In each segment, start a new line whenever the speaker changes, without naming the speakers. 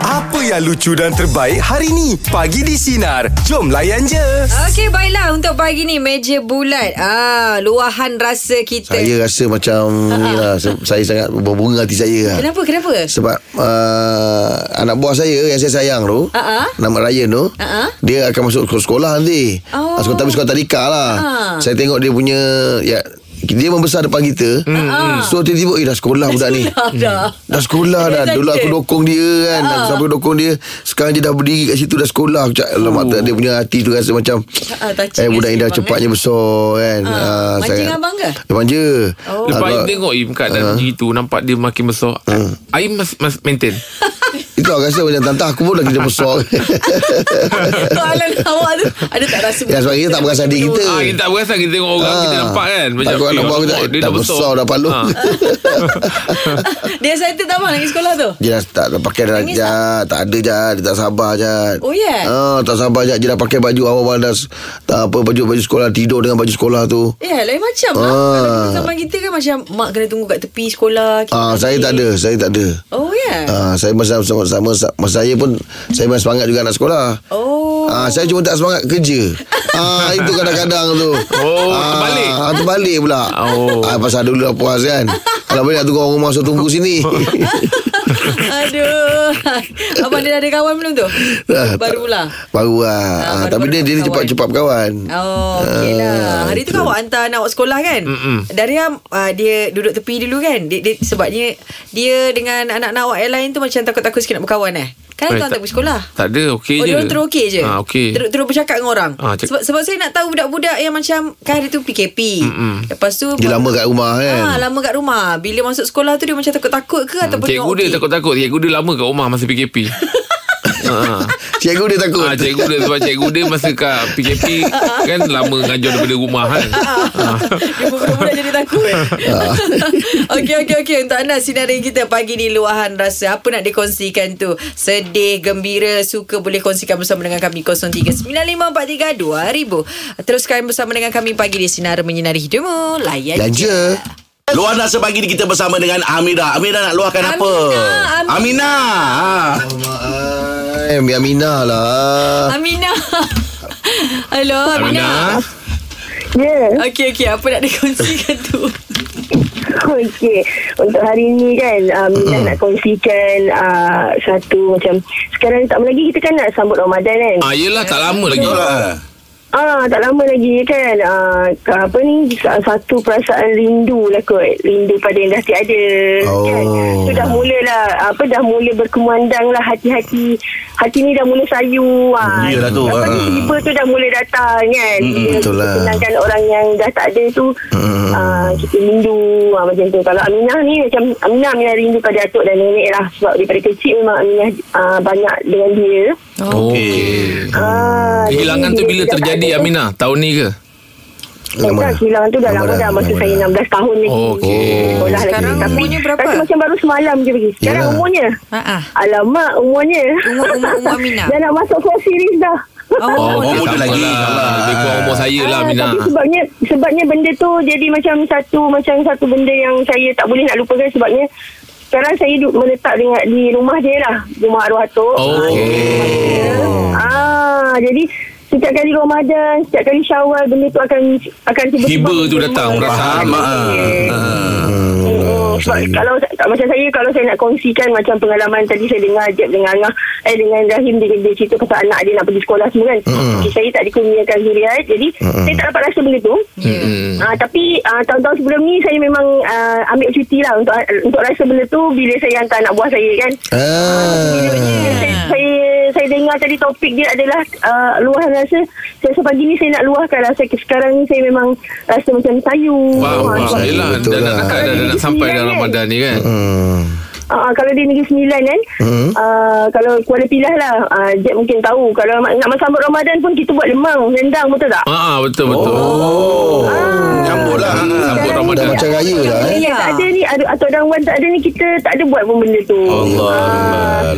Apa yang lucu dan terbaik hari ni? Pagi di Sinar. Jom layan je.
Okey, baiklah untuk pagi ni meja bulat. Ah, luahan rasa kita.
Saya rasa macam ni lah se- Saya sangat berbunga hati saya lah
Ha, Kenapa? Kenapa?
Sebab uh, Anak buah saya Yang saya sayang tu
Ha-ha.
Nama Ryan tu
Ha-ha.
Dia akan masuk ke sekolah nanti
Ha, Oh.
Ah, sekolah, Tapi sekolah tadika lah
Ha.
Saya tengok dia punya ya, Dia membesar depan kita So tiba-tiba Eh dah sekolah budak ni
Ha, Dah, dah.
Dah sekolah dah
Dia Ah.
Dulu
saja.
aku dokong dia kan Aku sampai dokong dia Sekarang dia dah berdiri kat situ Dah sekolah Aku cakap Alamak tak, dia punya hati tu rasa macam
Oh. Ah, touching
Eh budak
rasa
ni dah
abang,
cepatnya besar kan
Ah,
Ah,
mancing
sangat-
abang ke?
Dia manja
Oh.
Ah,
Lepas Aim
kalau-
tengok Im kat dalam
Ah.
uh. gitu Nampak dia makin besar uh. Aim mas, mas maintain
Itu aku rasa macam Tantah aku pun dah kita besar
Soalan awak tu ada tak rasa
Hmm. Ya sebab kita tak perasan diri kita
ah, Kita tak berasa Kita tengok orang Kita nampak
Eh.
kan
Ah. Takut
eh,
anak buah aku tak,
alamak,
tak besar dah palu
Ah.
Dia excited tak bang lagi sekolah tu?
Dia dah tak, tak pakai dah
Nangis
Jad Tak ada Jad Dia tak sabar Jad
Oh, ya?
Ah, Tak sabar Jad Dia dah pakai baju awal-awal dah tak apa, Baju-baju sekolah Tidur dengan baju sekolah tu
Ya, lain macam lah.
Ah.
Kalau dulu zaman kita kan macam mak kena tunggu kat tepi sekolah. kita
Ah, Saya tak ada Saya tak ada
Oh, ya.
Ah, saya masa sama, sama masa saya pun saya memang semangat juga nak sekolah.
Oh.
Ah, saya cuma tak semangat kerja. ah, itu kadang-kadang tu.
Oh, terbalik.
Ah, terbalik pula.
Oh.
Ah, pasal dulu dah puas kan. Kalau boleh nak tunggu orang rumah so tunggu sini.
Aduh. Abang dia dah ada kawan belum tu?
Ah, tak-
Baru pula.
Baru lah. Ah,
baru-baru
tapi dia dia
berkawan.
cepat-cepat berkawan.
Oh, okey lah.
Ah,
Hari tu kan
itu.
awak hantar anak awak sekolah kan? Mm-mm. Daria uh, dia duduk tepi dulu kan? Dia, dia sebabnya dia dengan anak-anak awak yang lain tu macam takut-takut sikit nak berkawan eh. Kan
Eh,
tuan tak
tak-
pergi sekolah.
Tak ada okey
oh,
je
dia orang terus okey je.
ah, Okey
Terus terus bercakap dengan orang.
Ah, cak-
sebab sebab saya nak tahu budak-budak yang macam kan hari tu PKP. Mm-mm. Lepas tu
Dia lama kat rumah
Ha,
kan.
lama kat rumah. Bila masuk sekolah tu dia macam takut-takut ke
Hmm,
ataupun
Cikgu dia
okey?
takut-takut Cikgu dia lama kat rumah Masa PKP Ah.
Cikgu dia takut.
Ah, cikgu dia sebab cikgu dia masa kat PKP kan lama ngajar daripada rumah kan.
Ah. Dia pun budak-budak jadi takut Okey okey okey Untuk anda sinari kita Pagi ni luahan rasa Apa nak dikongsikan tu Sedih, gembira, suka Boleh kongsikan bersama dengan kami 0395432000 Teruskan bersama dengan kami Pagi di Sinar Menyinari Hidupmu Layan
Dan je.
Luar rasa pagi ni kita bersama dengan Amira. Amira nak luahkan apa? ha.
Aminah,
Amina.
Eh, biar Mina lah.
Amina Hello Amina,
Amina.
Ya,
Okey okey Apa nak dikongsikan tu
okey. Untuk hari ni kan, um, mm. nak kongsikan uh, satu macam sekarang tak lama lagi kita kan nak sambut Ramadan kan.
Ah, yelah tak lama lagi.
Betul lah.
Ha.
Ah, tak lama lagi kan. Ah, apa ni sa- satu perasaan rindu lah kot. Rindu pada yang dah tiada. Kan?
Oh.
So dah mulalah apa dah mula berkemandang lah hati-hati. Hati ni dah mula sayu. Ah.
Yelah tu,
Lepas
ah.
tiba tu dah mula datang kan. Bila
betul
kita
lah.
kenangkan orang yang dah tak ada tu.
Mm.
Ah, kita rindu ah, macam tu. Kalau Aminah ni macam Aminah, Aminah rindu pada atuk dan nenek lah. Sebab daripada kecil memang Aminah ah, banyak dengan dia.
Oh.
Okey.
Ah, jadi
Kehilangan tu
bila
bila
dia dah tak ada
terjadi
tu,
Aminah? Tahun ni ke?
Eh,
Lama
tak,
dah.
hilang tu dah
Lama
lama,
dah,
dah. Masa
lama
saya
dah.
16 tahun lagi.
Okey.
Sekolah lagi.
Sekarang
Tapi
umurnya berapa?
Rasa macam baru semalam je pergi. Sekarang
Ya.
Yelah.
umurnya.
Ha ah.
Alamak, umurnya.
Umur- umur- umur Aminah.
dah nak masuk four series dah.
Oh,
Oh,
okey,
muda
tak
lagi.
apalah. Lebih kurang umur saya lah
Ah,
Aminah.
Tapi sebabnya sebabnya benda tu jadi macam satu macam satu benda yang saya tak boleh nak lupakan sebabnya sekarang saya duduk meletak dengan di rumah dia lah rumah arwah atuk.
Okey.
Oh.
Ah, jadi setiap kali Ramadan, setiap kali Syawal benda tu akan akan tiba-tiba
Hiba tu datang, perasaan.
Faham.
Okay.
ah. hmm,
Oh, sebab
saya-
kalau tak, macam saya kalau saya nak kongsikan macam pengalaman tadi saya dengar Jeb dengan Angah eh dengan Rahim dia, dia cerita pasal anak dia nak pergi sekolah semua kan
Hmm,
Mm-mm.
okay, saya tak dikurniakan zuriat jadi
Mm-mm.
saya tak dapat rasa benda tu
Hmm.
Ah, tapi ah, tahun-tahun sebelum ni saya memang ah, ambil cuti lah untuk untuk rasa benda tu bila saya hantar anak buah saya kan
Ah.
saya, saya saya dengar tadi topik dia adalah uh, luahan rasa saya sepagi ni saya nak luahkan rasa sekarang ni saya memang rasa macam sayu
Faham,
Ah,
faham.
sebab-
saya
Yelah,
betul
dah nak
lah.
dekat, dah, dah nak sampai dalam Ramadan ni kan.
Hmm.
Ah, ah, kalau dia Negeri Sembilan kan
Hmm.
ah, Kalau Kuala Pilah lah ah, Jack mungkin tahu Kalau ma- nak sambut Ramadan pun Kita buat lemang Rendang betul tak? Ah.
Ah, ah, betul betul.
Oh. Nyambut lah.
Sambut
Sekarang
Hmm. Dah
Ramadan.
macam raya lah eh.
Ya. Tak ada ni ada- Atau dangwan tak ada ni Kita tak ada buat pun benda tu
Allah.
Ah, ah,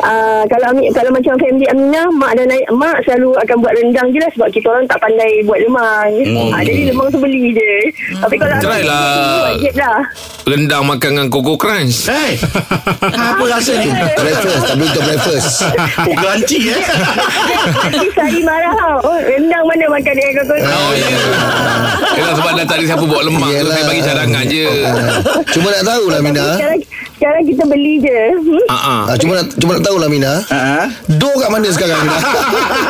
Ah. kalau Ami, kalau macam family Aminah mak dan ayah, mak selalu akan buat rendang je lah sebab kita orang tak pandai buat lemang. Ha, jadi lemang tu beli je.
Hmm.
Tapi kalau
Hmm. Try
Ami,
lah.
buat je lah.
Rendang makan dengan Coco Crunch.
Hey, apa rasa ni?
Breakfast Tapi untuk breakfast
Ganci eh.
Nanti Sari marah tau. Oh, rendang mana makan dengan kau
Oh, ya. Yelah sebab dah tak ada siapa bawa lemak tu. Saya
Yelah.
bagi cadangan je.
Cuma nak tahu lah Mina
Sekarang, sekarang kita beli je. Hmm?
Ah, ah.
ah, Cuma nak, cuma nak tahu lah Mina
Ha?
Do kat mana sekarang Mina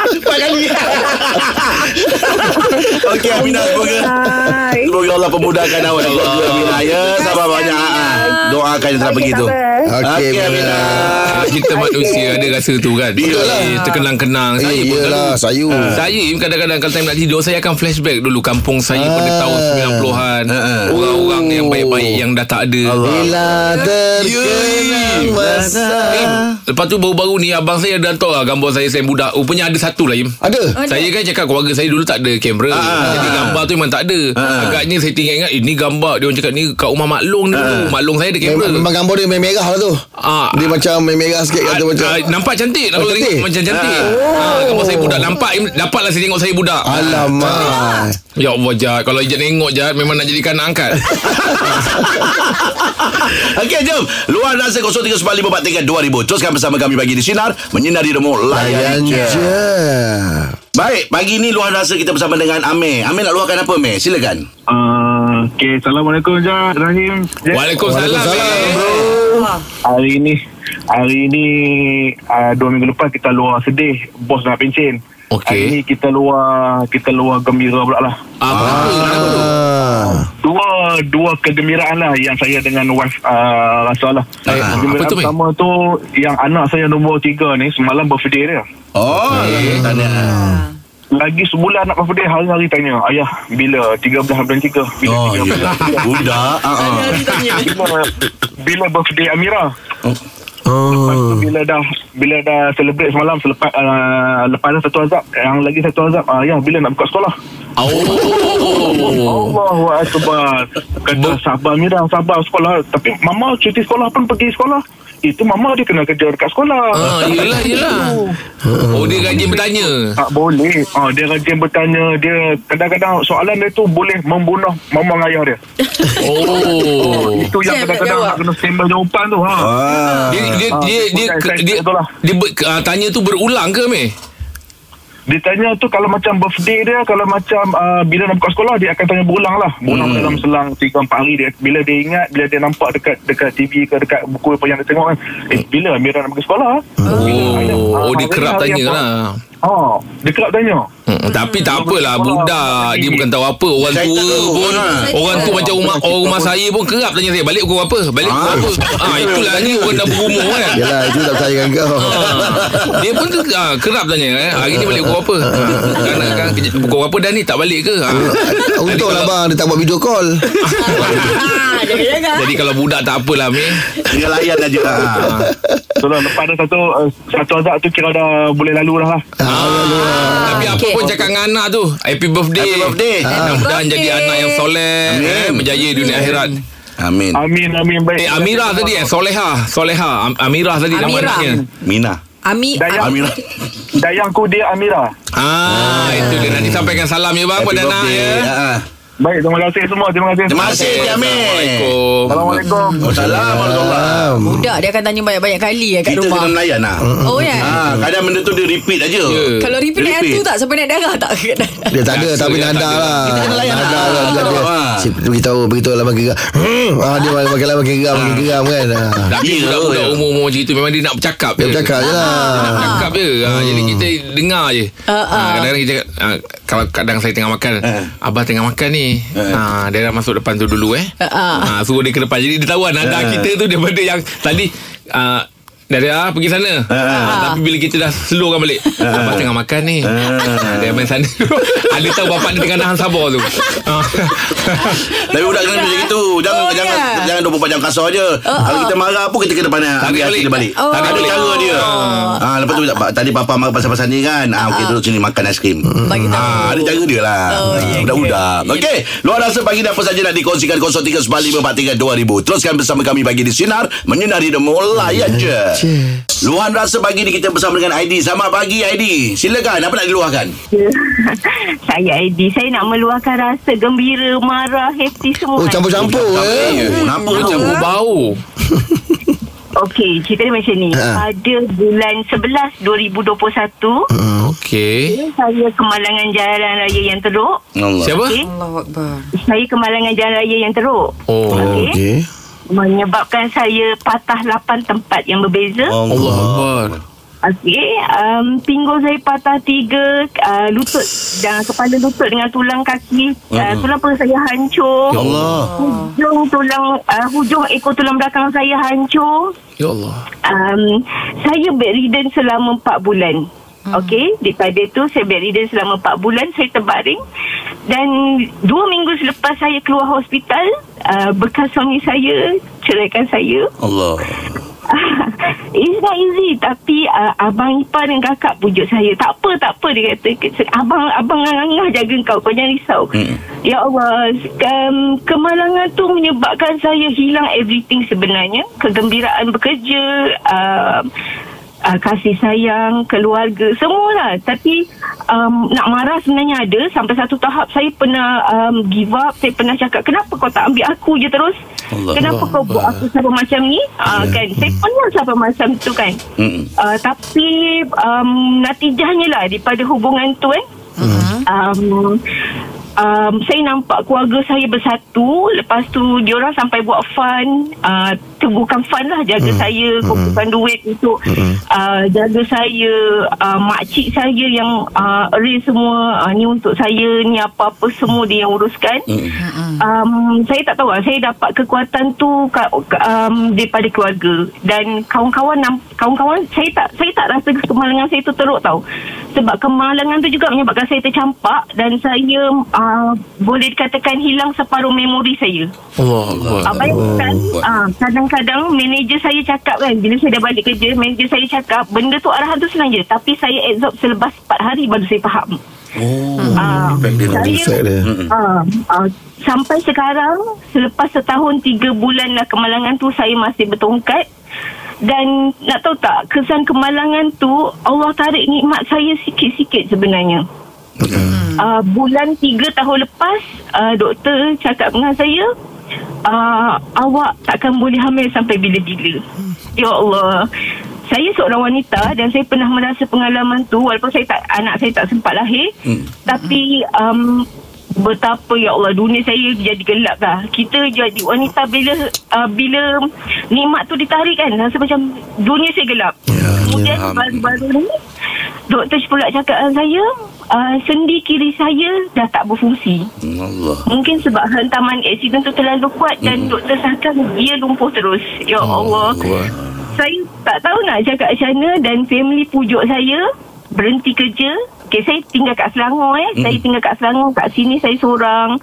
Empat kali. Okey Aminah semoga
Hai.
Semoga Allah pemudahkan awak dalam keluarga Aminah ya. Sabar banyak ah. Doakan yang terbaik itu.
sabar.
Okey,
Okey Aminah.
Yelah, Ah, Kita manusia ada rasa tu kan.
Yelah.
Eh, Terkenang-kenang. Saya
Eh
pun Ah.
yelah
selalu-
Sayu
Saya Im, kadang-kadang kalau time nak tidur Saya akan flashback dulu Kampung saya pada
Ah.
tahun 90-an Orang-orang yang baik-baik Yang dah tak ada
Bila terkenang masa
Im, Lepas tu baru-baru ni Abang saya dah hantar lah Gambar saya saya budak Rupanya ada satu lah Im
Ada
Saya kan cakap keluarga saya dulu tak ada kamera
Ah.
Jadi gambar tu memang tak ada Agaknya saya tinggal ingat Eh ni gambar Dia orang cakap ni kat rumah Mak Long dulu Mak Long saya ada kamera
Memang, memang gambar Ah. dia merah lah tu
Ah.
Dia macam merah sikit kata
Ah,
macam
ah, nampak cantik
Oh,
Kalau
cantik? Oh.
tengok macam cantik Ah, Gambar saya budak Nampak Im, Dapatlah saya tengok saya budak Ah.
Alamak
Ya Allah Jad Kalau Ijat tengok Jad Memang nak jadikan anak angkat
Okey jom. Luar rasa 0395432000. Teruskan bersama kami bagi di sinar menyinari remuk
Layan
layan je.
je
Baik, pagi ni luar rasa kita bersama dengan Amir. Amir nak luahkan apa, Amir? Silakan.
Ah, okay, Assalamualaikum Jad Rahim Jad,
Waalaikumsalam,
Waalaikumsalam,
eh.
bro.
Wah.
Hari ni Hari ni uh, Dua minggu lepas kita luar sedih Bos nak pencen
Okey.
Hari ni kita luar Kita luar gembira pula lah
Ah, Apa tu? Kenapa tu?
ah.
Dua Dua kegembiraan lah Yang saya dengan wife uh, Rasa lah
Eh, apa
Kegembiraan
tu, Min?
pertama tu Yang anak saya nombor tiga ni Semalam birthday dia
Oh, tanya.
Lagi sebulan nak birthday Hari-hari tanya Ayah bila 13 bulan 3 Bila
Oh,
13 bulan
ya. Budak. ah, ah.
Hari-hari tanya.
Cuma bila birthday Amira. Lepas
Oh.
tu bila dah bila dah celebrate semalam selepas uh, lepas dah satu azab yang lagi satu azab uh, ya bila nak buka sekolah.
Ah.
Oh.
Allahu akbar. Kata sabar Amira sabar sekolah tapi mama cuti sekolah pun pergi sekolah. Itu mama dia kena kerja dekat sekolah.
Ah, yelah, yelah. Oh, dia rajin bertanya.
Tak boleh. Ah, dia rajin bertanya. Dia kadang-kadang soalan dia tu boleh membunuh mama dengan ayah dia.
Oh.
Itu yang
Siap nak
kadang-kadang
jawab.
nak kena sembang jawapan tu. Ha.
Dia dia dia dia
Bukan, saya-
dia,
saya betul lah.
dia ber- ah, tanya tu berulang ke, Meh?
Dia tanya tu kalau macam birthday dia, kalau macam uh, bila nak buka sekolah, dia akan tanya berulang lah. Berulang hmm. dalam selang 3-4 hari. Dia, bila dia ingat, bila dia nampak dekat dekat TV ke dekat buku apa yang dia tengok kan. Eh, bila Amira nak pergi sekolah? ah?"
Ah. Oh, oh dia kerap tanya lah.
Ha, dia kerap tanya.
Hmm, tapi tak apalah budak dia bukan tahu apa orang
Saya
tua
tak tahu.
pun
Ah.
orang tu macam rumah orang rumah saya pun kerap tanya saya balik pukul apa balik pukul
Ah.
apa ah itulah ni orang dah berumur kan
Yelah itu tak percaya dengan kau
Ah, dia pun tu ah, kerap tanya eh. Hari ni balik pukul apa? Ah, Kan kan kerja- pukul apa dah ni tak balik ke? Ah.
Untunglah
kalau-
lah, bang Dia tak buat video call
Ah, Jangan-jangan.
Jadi kalau budak tak apalah Min.
Dia layan aja. Ah.
So, lah, lepas dah satu, uh, satu azab tu kira dah boleh lalu dah lah.
Ah. Tapi apa
okey.
pun cakap dengan anak tu. Happy birthday. Ah.
Happy birthday.
Mudah-mudahan jadi
Birthday.
anak yang soleh, eh, berjaya dunia akhirat.
Amin.
Amin, amin. Baik.
Eh Amira tadi eh Soleha, Soleha, Am- Amira tadi nama
Amira.
anaknya.
Mina.
Ami
Dayang,
Amira.
dayangku dia Amira.
Ah, itu dia nanti sampaikan salam ya bang pada anak ya.
Ah.
Baik, terima kasih semua. Terima kasih.
Terima kasih Amir.
Assalamualaikum.
Assalamualaikum.
Oh,
Ah.
Assalamualaikum.
budak dia akan tanya banyak-banyak kali eh, kat
Kita kena
rumah.
melayan lah.
Oh ya.
Ah, kadang benda tu dia repeat aja.
Ya.
Kalau repeat naik
Repeat.
hantu tak sampai naik darah tak?
Dia tak ada
Biasa
Tapi
dia
nada
tak ada.
lah
Kita kena layan
Nada
lah.
lah dia ada.
Ah.
Si, Beritahu Beritahu lama geram Hmm, ah, Dia makin lama makin geram Makin geram kan Ah.
Tapi
Ya,
budak-budak
ya.
umur-umur macam itu Memang dia nak bercakap ya.
Dia bercakap je lah
Nak cakap je ha, Jadi kita dengar je
Hmm. Ah, Eh. ah.
Ah, Kadang-kadang kita cakap, ah, Kalau kadang saya tengah makan Abah tengah makan ni ha, Dia dah masuk depan tu dulu eh
Eh. Ah, ah. Eh.
ha, Suruh dia ke depan Jadi dia tahu lah nada kita tu Daripada yang tadi ah, Dah dia ah, pergi
Eh.
sana Ah, Tapi bila kita dah slowkan balik Abah tengah makan ni
Eh.
Ah, Dia main sana Ada tahu bapak dia tengah nahan sabar tu Ah.
Tapi budak kena macam itu. Jangan
Oh,
jangan
ya. Oh,
jangan 24 jam kasar je. Kalau kita marah pun kita kena pandai
Tarik
ambil hati
balik.
dia balik.
Oh.
Ada
Tarik
cara
balik.
dia. dia.
Oh.
Ah, lepas tu "Pa- tadi papa makan pasal-pasal ni kan. Ah, okey duduk sini makan aiskrim.
Bagi tahu.
Ah, dia jaga dia lah.
Oh, ya,
Budak-budak.
okey.
Okey, luar rasa pagi ni apa saja nak dikongsikan 0395432000. Teruskan bersama kami pagi di sinar menyinari demo layan je. Luahan rasa pagi ni kita bersama dengan Aidi. Selamat pagi Aidi. Silakan apa nak diluahkan?
saya Aidi. Saya nak meluahkan rasa gembira, marah, happy semua.
Oh campur-campur eh
Eh, Kenapa
Macam
macam
bau
Okey, cerita dia macam ni.
Ha.
Pada bulan 11 2021,
Hmm. Okey
saya kemalangan jalan raya yang teruk.
Allah.
Siapa?
Okey.
Allahu Akbar.
Saya kemalangan jalan raya yang teruk.
Oh
Okey.
Okey
Menyebabkan saya patah 8 tempat yang berbeza.
Allah Akbar
Okey, um, pinggul saya patah tiga, uh, lutut dan kepala lutut dengan tulang kaki, uh, tulang perut saya hancur.
Ya Allah
Ah.
Hujung tulang uh, hujung ekor tulang belakang saya hancur.
Ya Allah
Um, saya bedridden selama 4 bulan. Okey, daripada tu saya bedridden selama 4 bulan, saya terbaring dan 2 minggu selepas saya keluar hospital, uh, bekas suami saya ceraikan saya.
Allah.
It's not easy Tapi uh, Abang Ipar dan kakak Pujuk saya Tak apa tak apa Dia kata "Ke- Abang Abang Angah jaga kau Kau jangan risau
Mm.
Ya Allah um, Kemalangan tu Menyebabkan saya Hilang everything sebenarnya Kegembiraan bekerja uh, Uh, kasih sayang keluarga semualah tapi um, nak marah sebenarnya ada sampai satu tahap saya pernah um, give up saya pernah cakap kenapa kau tak ambil aku je terus
Allah.
kenapa kau buat aku sampai macam ni uh, kan saya pernah sampai macam tu kan
Mm.
uh, tapi um, natijahnya lah daripada hubungan tu kan um, um, saya nampak keluarga saya bersatu lepas tu diorang sampai buat fund uh, teguhkan fund lah jaga hmm. saya kumpulkan duit untuk hmm. uh, jaga saya uh, makcik saya yang uh, arrange semua uh, ni untuk saya ni apa-apa semua dia yang uruskan
Mm.
um, saya tak tahu lah saya dapat kekuatan tu ka- ka- um, daripada keluarga dan kawan-kawan nam- kawan-kawan saya tak saya tak rasa kemalangan saya tu teruk tau sebab kemalangan tu juga menyebabkan saya tercampak dan saya uh, boleh dikatakan hilang separuh memori saya
Allah Akbar
Ah, bayangkan ah, kadang-kadang manager saya cakap kan bila saya dah balik kerja manager saya cakap benda tu arahan tu senang je tapi saya absorb selepas 4 hari baru saya faham. Oh. Ah,
Effect
saya
dia
ah, ah, sampai sekarang selepas setahun 3 bulan lah kemalangan tu saya masih bertongkat dan nak tahu tak kesan kemalangan tu Allah tarik nikmat saya sikit-sikit sebenarnya. Uh, bulan 3 tahun lepas uh, doktor cakap dengan saya uh, awak takkan boleh hamil sampai bila-bila. Ya Allah. Saya seorang wanita dan saya pernah merasa pengalaman tu walaupun saya tak anak saya tak sempat lahir hmm. tapi um, betapa ya Allah dunia saya jadi gelap dah. Kita jadi wanita bila uh, bila nikmat tu ditarik kan rasa macam dunia saya gelap. Kemudian baru-baru ni doktor pula cakap dengan saya uh, sendi kiri saya dah tak berfungsi.
Allah.
Mungkin sebab hantaman aksiden tu terlalu kuat dan doktor sangka dia lumpuh terus. Ya
Oh,
Allah. Saya tak tahu nak cakap macam mana dan family pujuk saya berhenti kerja. Okay, saya tinggal kat Selangor eh. Saya tinggal kat Selangor. Kat sini saya seorang.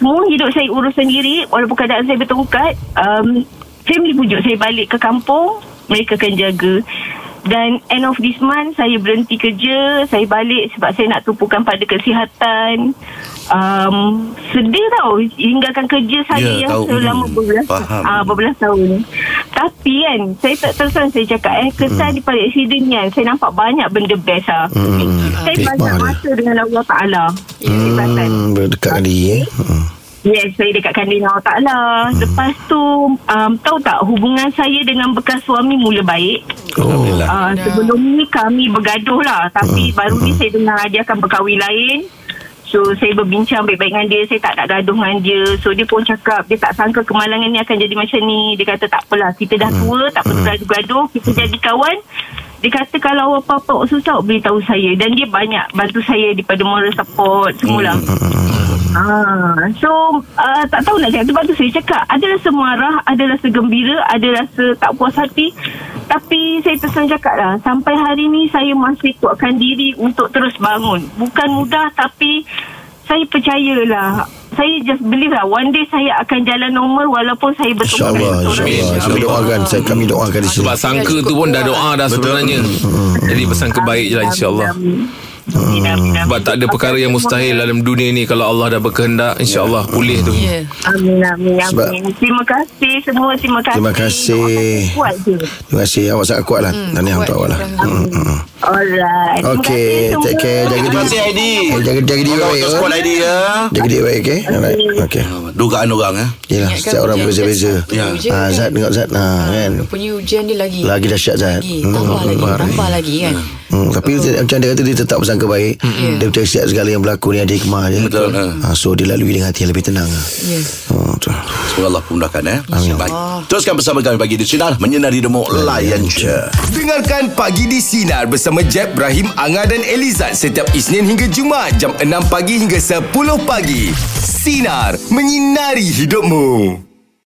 Semua hidup saya urus sendiri walaupun keadaan saya bertongkat. Um, family pujuk saya balik ke kampung. Mereka akan jaga. Dan end of this month saya berhenti kerja, saya balik sebab saya nak tumpukan pada kesihatan. Um, sedih tau tinggalkan kerja saya
Ya,
yeah, yang
tahu.
selama
Hmm,
berbelas
faham.
ah, berbelas tahun. Tapi kan saya tak tersan saya cakap eh kesan hmm. daripada aksiden ni kan saya nampak banyak benda best lah. Hmm. Saya
Hikmah
banyak
dia.
masa dengan Allah Ta'ala. Hmm.
Hmm, berdekatkan diri eh. Hmm.
Yes, saya dekatkan diri dengan Allah Ta'ala. Lepas tu, um, tahu tak, hubungan saya dengan bekas suami mula baik.
Oh,
Alhamdulillah.
Ah, sebelum ni kami bergaduh lah Tapi baru ni saya dengar dia akan berkahwin lain So saya berbincang baik-baik dengan dia Saya tak nak gaduh dengan dia So dia pun cakap Dia tak sangka kemalangan ni akan jadi macam ni Dia kata tak apalah Kita dah tua Tak perlu gaduh-gaduh Kita jadi kawan Dia kata kalau apa-apa susah Beritahu saya Dan dia banyak bantu saya Daripada moral support Semula Ah, so uh, tak tahu nak cakap sebab tu saya cakap ada rasa marah, ada rasa gembira, ada rasa tak puas hati. Tapi saya terus cakap lah sampai hari ni saya masih kuatkan diri untuk terus bangun. Bukan mudah tapi saya percayalah saya just believe lah one day saya akan jalan normal walaupun saya bertemu
InsyaAllah
dengan orang.
InsyaAllah Saya doakan saya, Kami doakan di sini
Sebab sangka tu pun dah doa dah sebenarnya Jadi bersangka baik je lah insyaAllah
Amin, amin, amin.
Sebab tak ada perkara yang mustahil dalam dunia ni Kalau Allah dah berkehendak InsyaAllah pulih tu
Ya.
Amin, amin,
Sebab-
amin. Terima kasih semua. Terima kasih.
Terima kasih.
Doakan Kuat je.
Terima kasih Awak sangat kuat lah Tahniah untuk awak lah Hmm, hmm, hmm.
Alright. Terima
Okay
kasih
Take
semua.
care Jaga
Terima
diri
kasih ID
Eh, Jaga, jaga diri
Kalau
baik
untuk squad ID ya
Jaga diri baik okay Alright Okay
Dugaan orang eh
Yelah
Ingatkan
Setiap orang
hujan
berbeza-beza
je.
Ya.
Hujan Ah.
ha,
je.
Zat tengok Zat ha, kan
Punya hujan dia lagi
Lagi dahsyat Zat
Lagi Tambah lagi
Akbar.
Tambah lagi kan
Hmm, tapi dia, macam dia kata dia tetap bersangka baik.
Ya.
Dia percaya siap segala yang berlaku ni ada hikmah dia.
Betul,
Ha,
ha.
so dia lalui dengan hati yang lebih tenang.
Ya.
Hmm, betul.
Semoga Allah pemudahkan eh Baik Teruskan bersama kami Pagi di Sinar Menyinari Demo Layan je
Dengarkan Pagi di Sinar bersama Jeb, Ibrahim, Anga dan Elizad setiap Isnin hingga Jumaat jam 6 pagi hingga 10 pagi. Sinar, menyinari hidupmu.